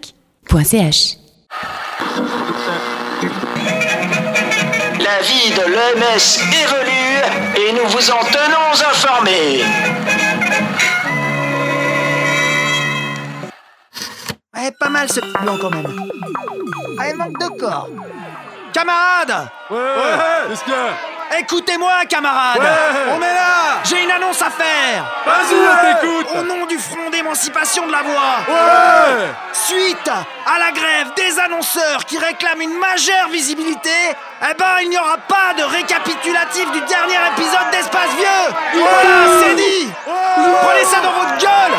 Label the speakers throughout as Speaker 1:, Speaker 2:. Speaker 1: radiovostok.ch.
Speaker 2: La vie de l'OMS est relue et nous vous en tenons informés.
Speaker 3: Ouais, Eh, pas mal ce petit blanc quand même. Ah, il manque de corps. Camarades
Speaker 4: Ouais, Qu'est-ce qu'il y a
Speaker 3: Écoutez-moi, camarades
Speaker 4: Ouais.
Speaker 3: On est là J'ai une annonce à faire
Speaker 4: Vas-y, on t'écoute Oh,
Speaker 3: Au nom du Front d'émancipation de la voix
Speaker 4: Ouais
Speaker 3: Suite à la grève des annonceurs qui réclament une majeure visibilité, eh ben il n'y aura pas de récapitulatif du dernier épisode d'Espace Vieux Voilà, c'est dit Prenez ça dans votre gueule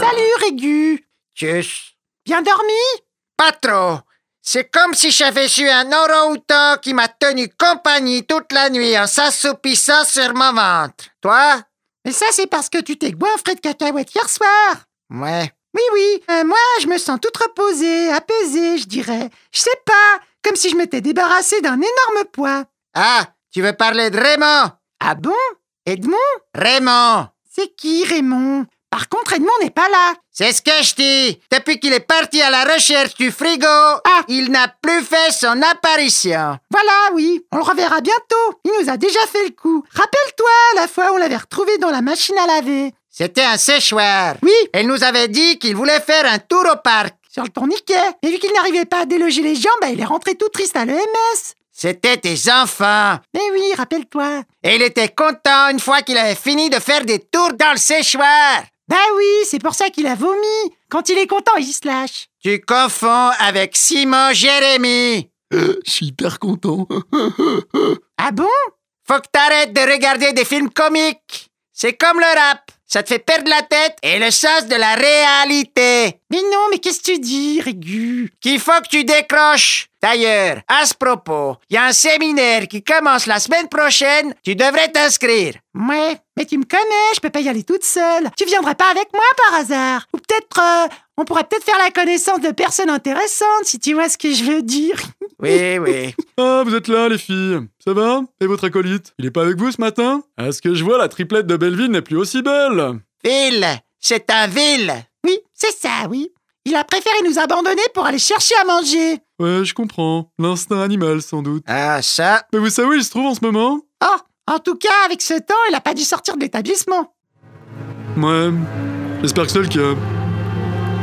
Speaker 5: Salut, Régu Tchuss Bien dormi Pas trop C'est comme si j'avais eu un orang-outan qui m'a tenu compagnie toute la nuit en s'assoupissant sur mon ventre. Toi Mais ça, c'est parce que tu t'es goinfré de cacahuètes hier soir Ouais. Oui, oui, euh, moi, je me sens toute reposée, apaisée, je dirais. Je sais pas, comme si je m'étais débarrassée d'un énorme poids. Ah, tu veux parler de Raymond Ah bon Edmond Raymond C'est qui, Raymond Par contre, Edmond n'est pas là. C'est ce que je dis. Depuis qu'il est parti à la recherche du frigo, il n'a plus fait son apparition. Ah. Voilà, oui. On le reverra bientôt. Il nous a déjà fait le coup. Rappelle-toi la fois où on l'avait retrouvé dans la machine à laver. C'était un séchoir. Oui. Elle nous avait dit qu'il voulait faire un tour au parc. Sur le tourniquet. Et vu qu'il n'arrivait pas à déloger les gens, bah, il est rentré tout triste à l'EMS. C'était tes enfants. Mais Eh oui, rappelle-toi. Et il était content une fois qu'il avait fini de faire des tours dans le séchoir. Bah oui, c'est pour ça qu'il a vomi. Quand il est content, il se lâche. Tu confonds avec Simon Jérémy.
Speaker 6: Je suis hyper content.
Speaker 5: Ah bon Faut que t'arrêtes de regarder des films comiques. C'est comme le rap. Ça te fait perdre la tête et le sens de la réalité. Mais non, mais qu'est-ce que tu dis, Régu Qu'il faut que tu décroches. D'ailleurs, à ce propos, il y a un séminaire qui commence la semaine prochaine. Tu devrais t'inscrire. Ouais, mais tu me connais, je peux pas y aller toute seule. Tu viendrais pas avec moi par hasard Ou peut-être, euh, on pourrait peut-être faire la connaissance de personnes intéressantes, si tu vois ce que je veux dire. Oui, oui.
Speaker 4: Ah, vous êtes là, les filles. Ça va Et votre acolyte Il est pas avec vous ce matin À ce que je vois, la triplette de Belleville n'est plus aussi belle.
Speaker 5: Ville, c'est un ville. Oui, c'est ça, oui. Il a préféré nous abandonner pour aller chercher à manger.
Speaker 4: Ouais, je comprends. L'instinct animal, sans doute.
Speaker 5: Ah, ça.
Speaker 4: Mais vous savez où il se trouve en ce moment
Speaker 5: Oh, en tout cas, avec ce temps, il a pas dû sortir de l'établissement.
Speaker 4: Ouais. J'espère que c'est le cas.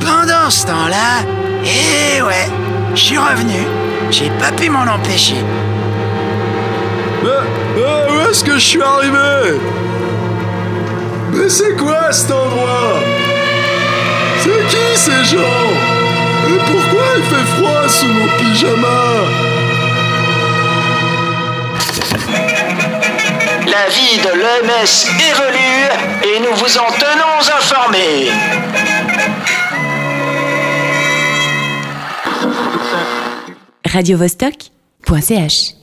Speaker 2: Pendant ce temps-là, eh ouais, je suis revenu. J'ai pas pu m'en empêcher.
Speaker 4: Ah, ah, où est-ce que je suis arrivé Mais c'est quoi cet endroit C'est qui ces gens Et pourquoi il fait froid sous mon pyjama
Speaker 2: La vie de l'OMS est relue et nous vous en tenons informés.
Speaker 1: radiovostok.ch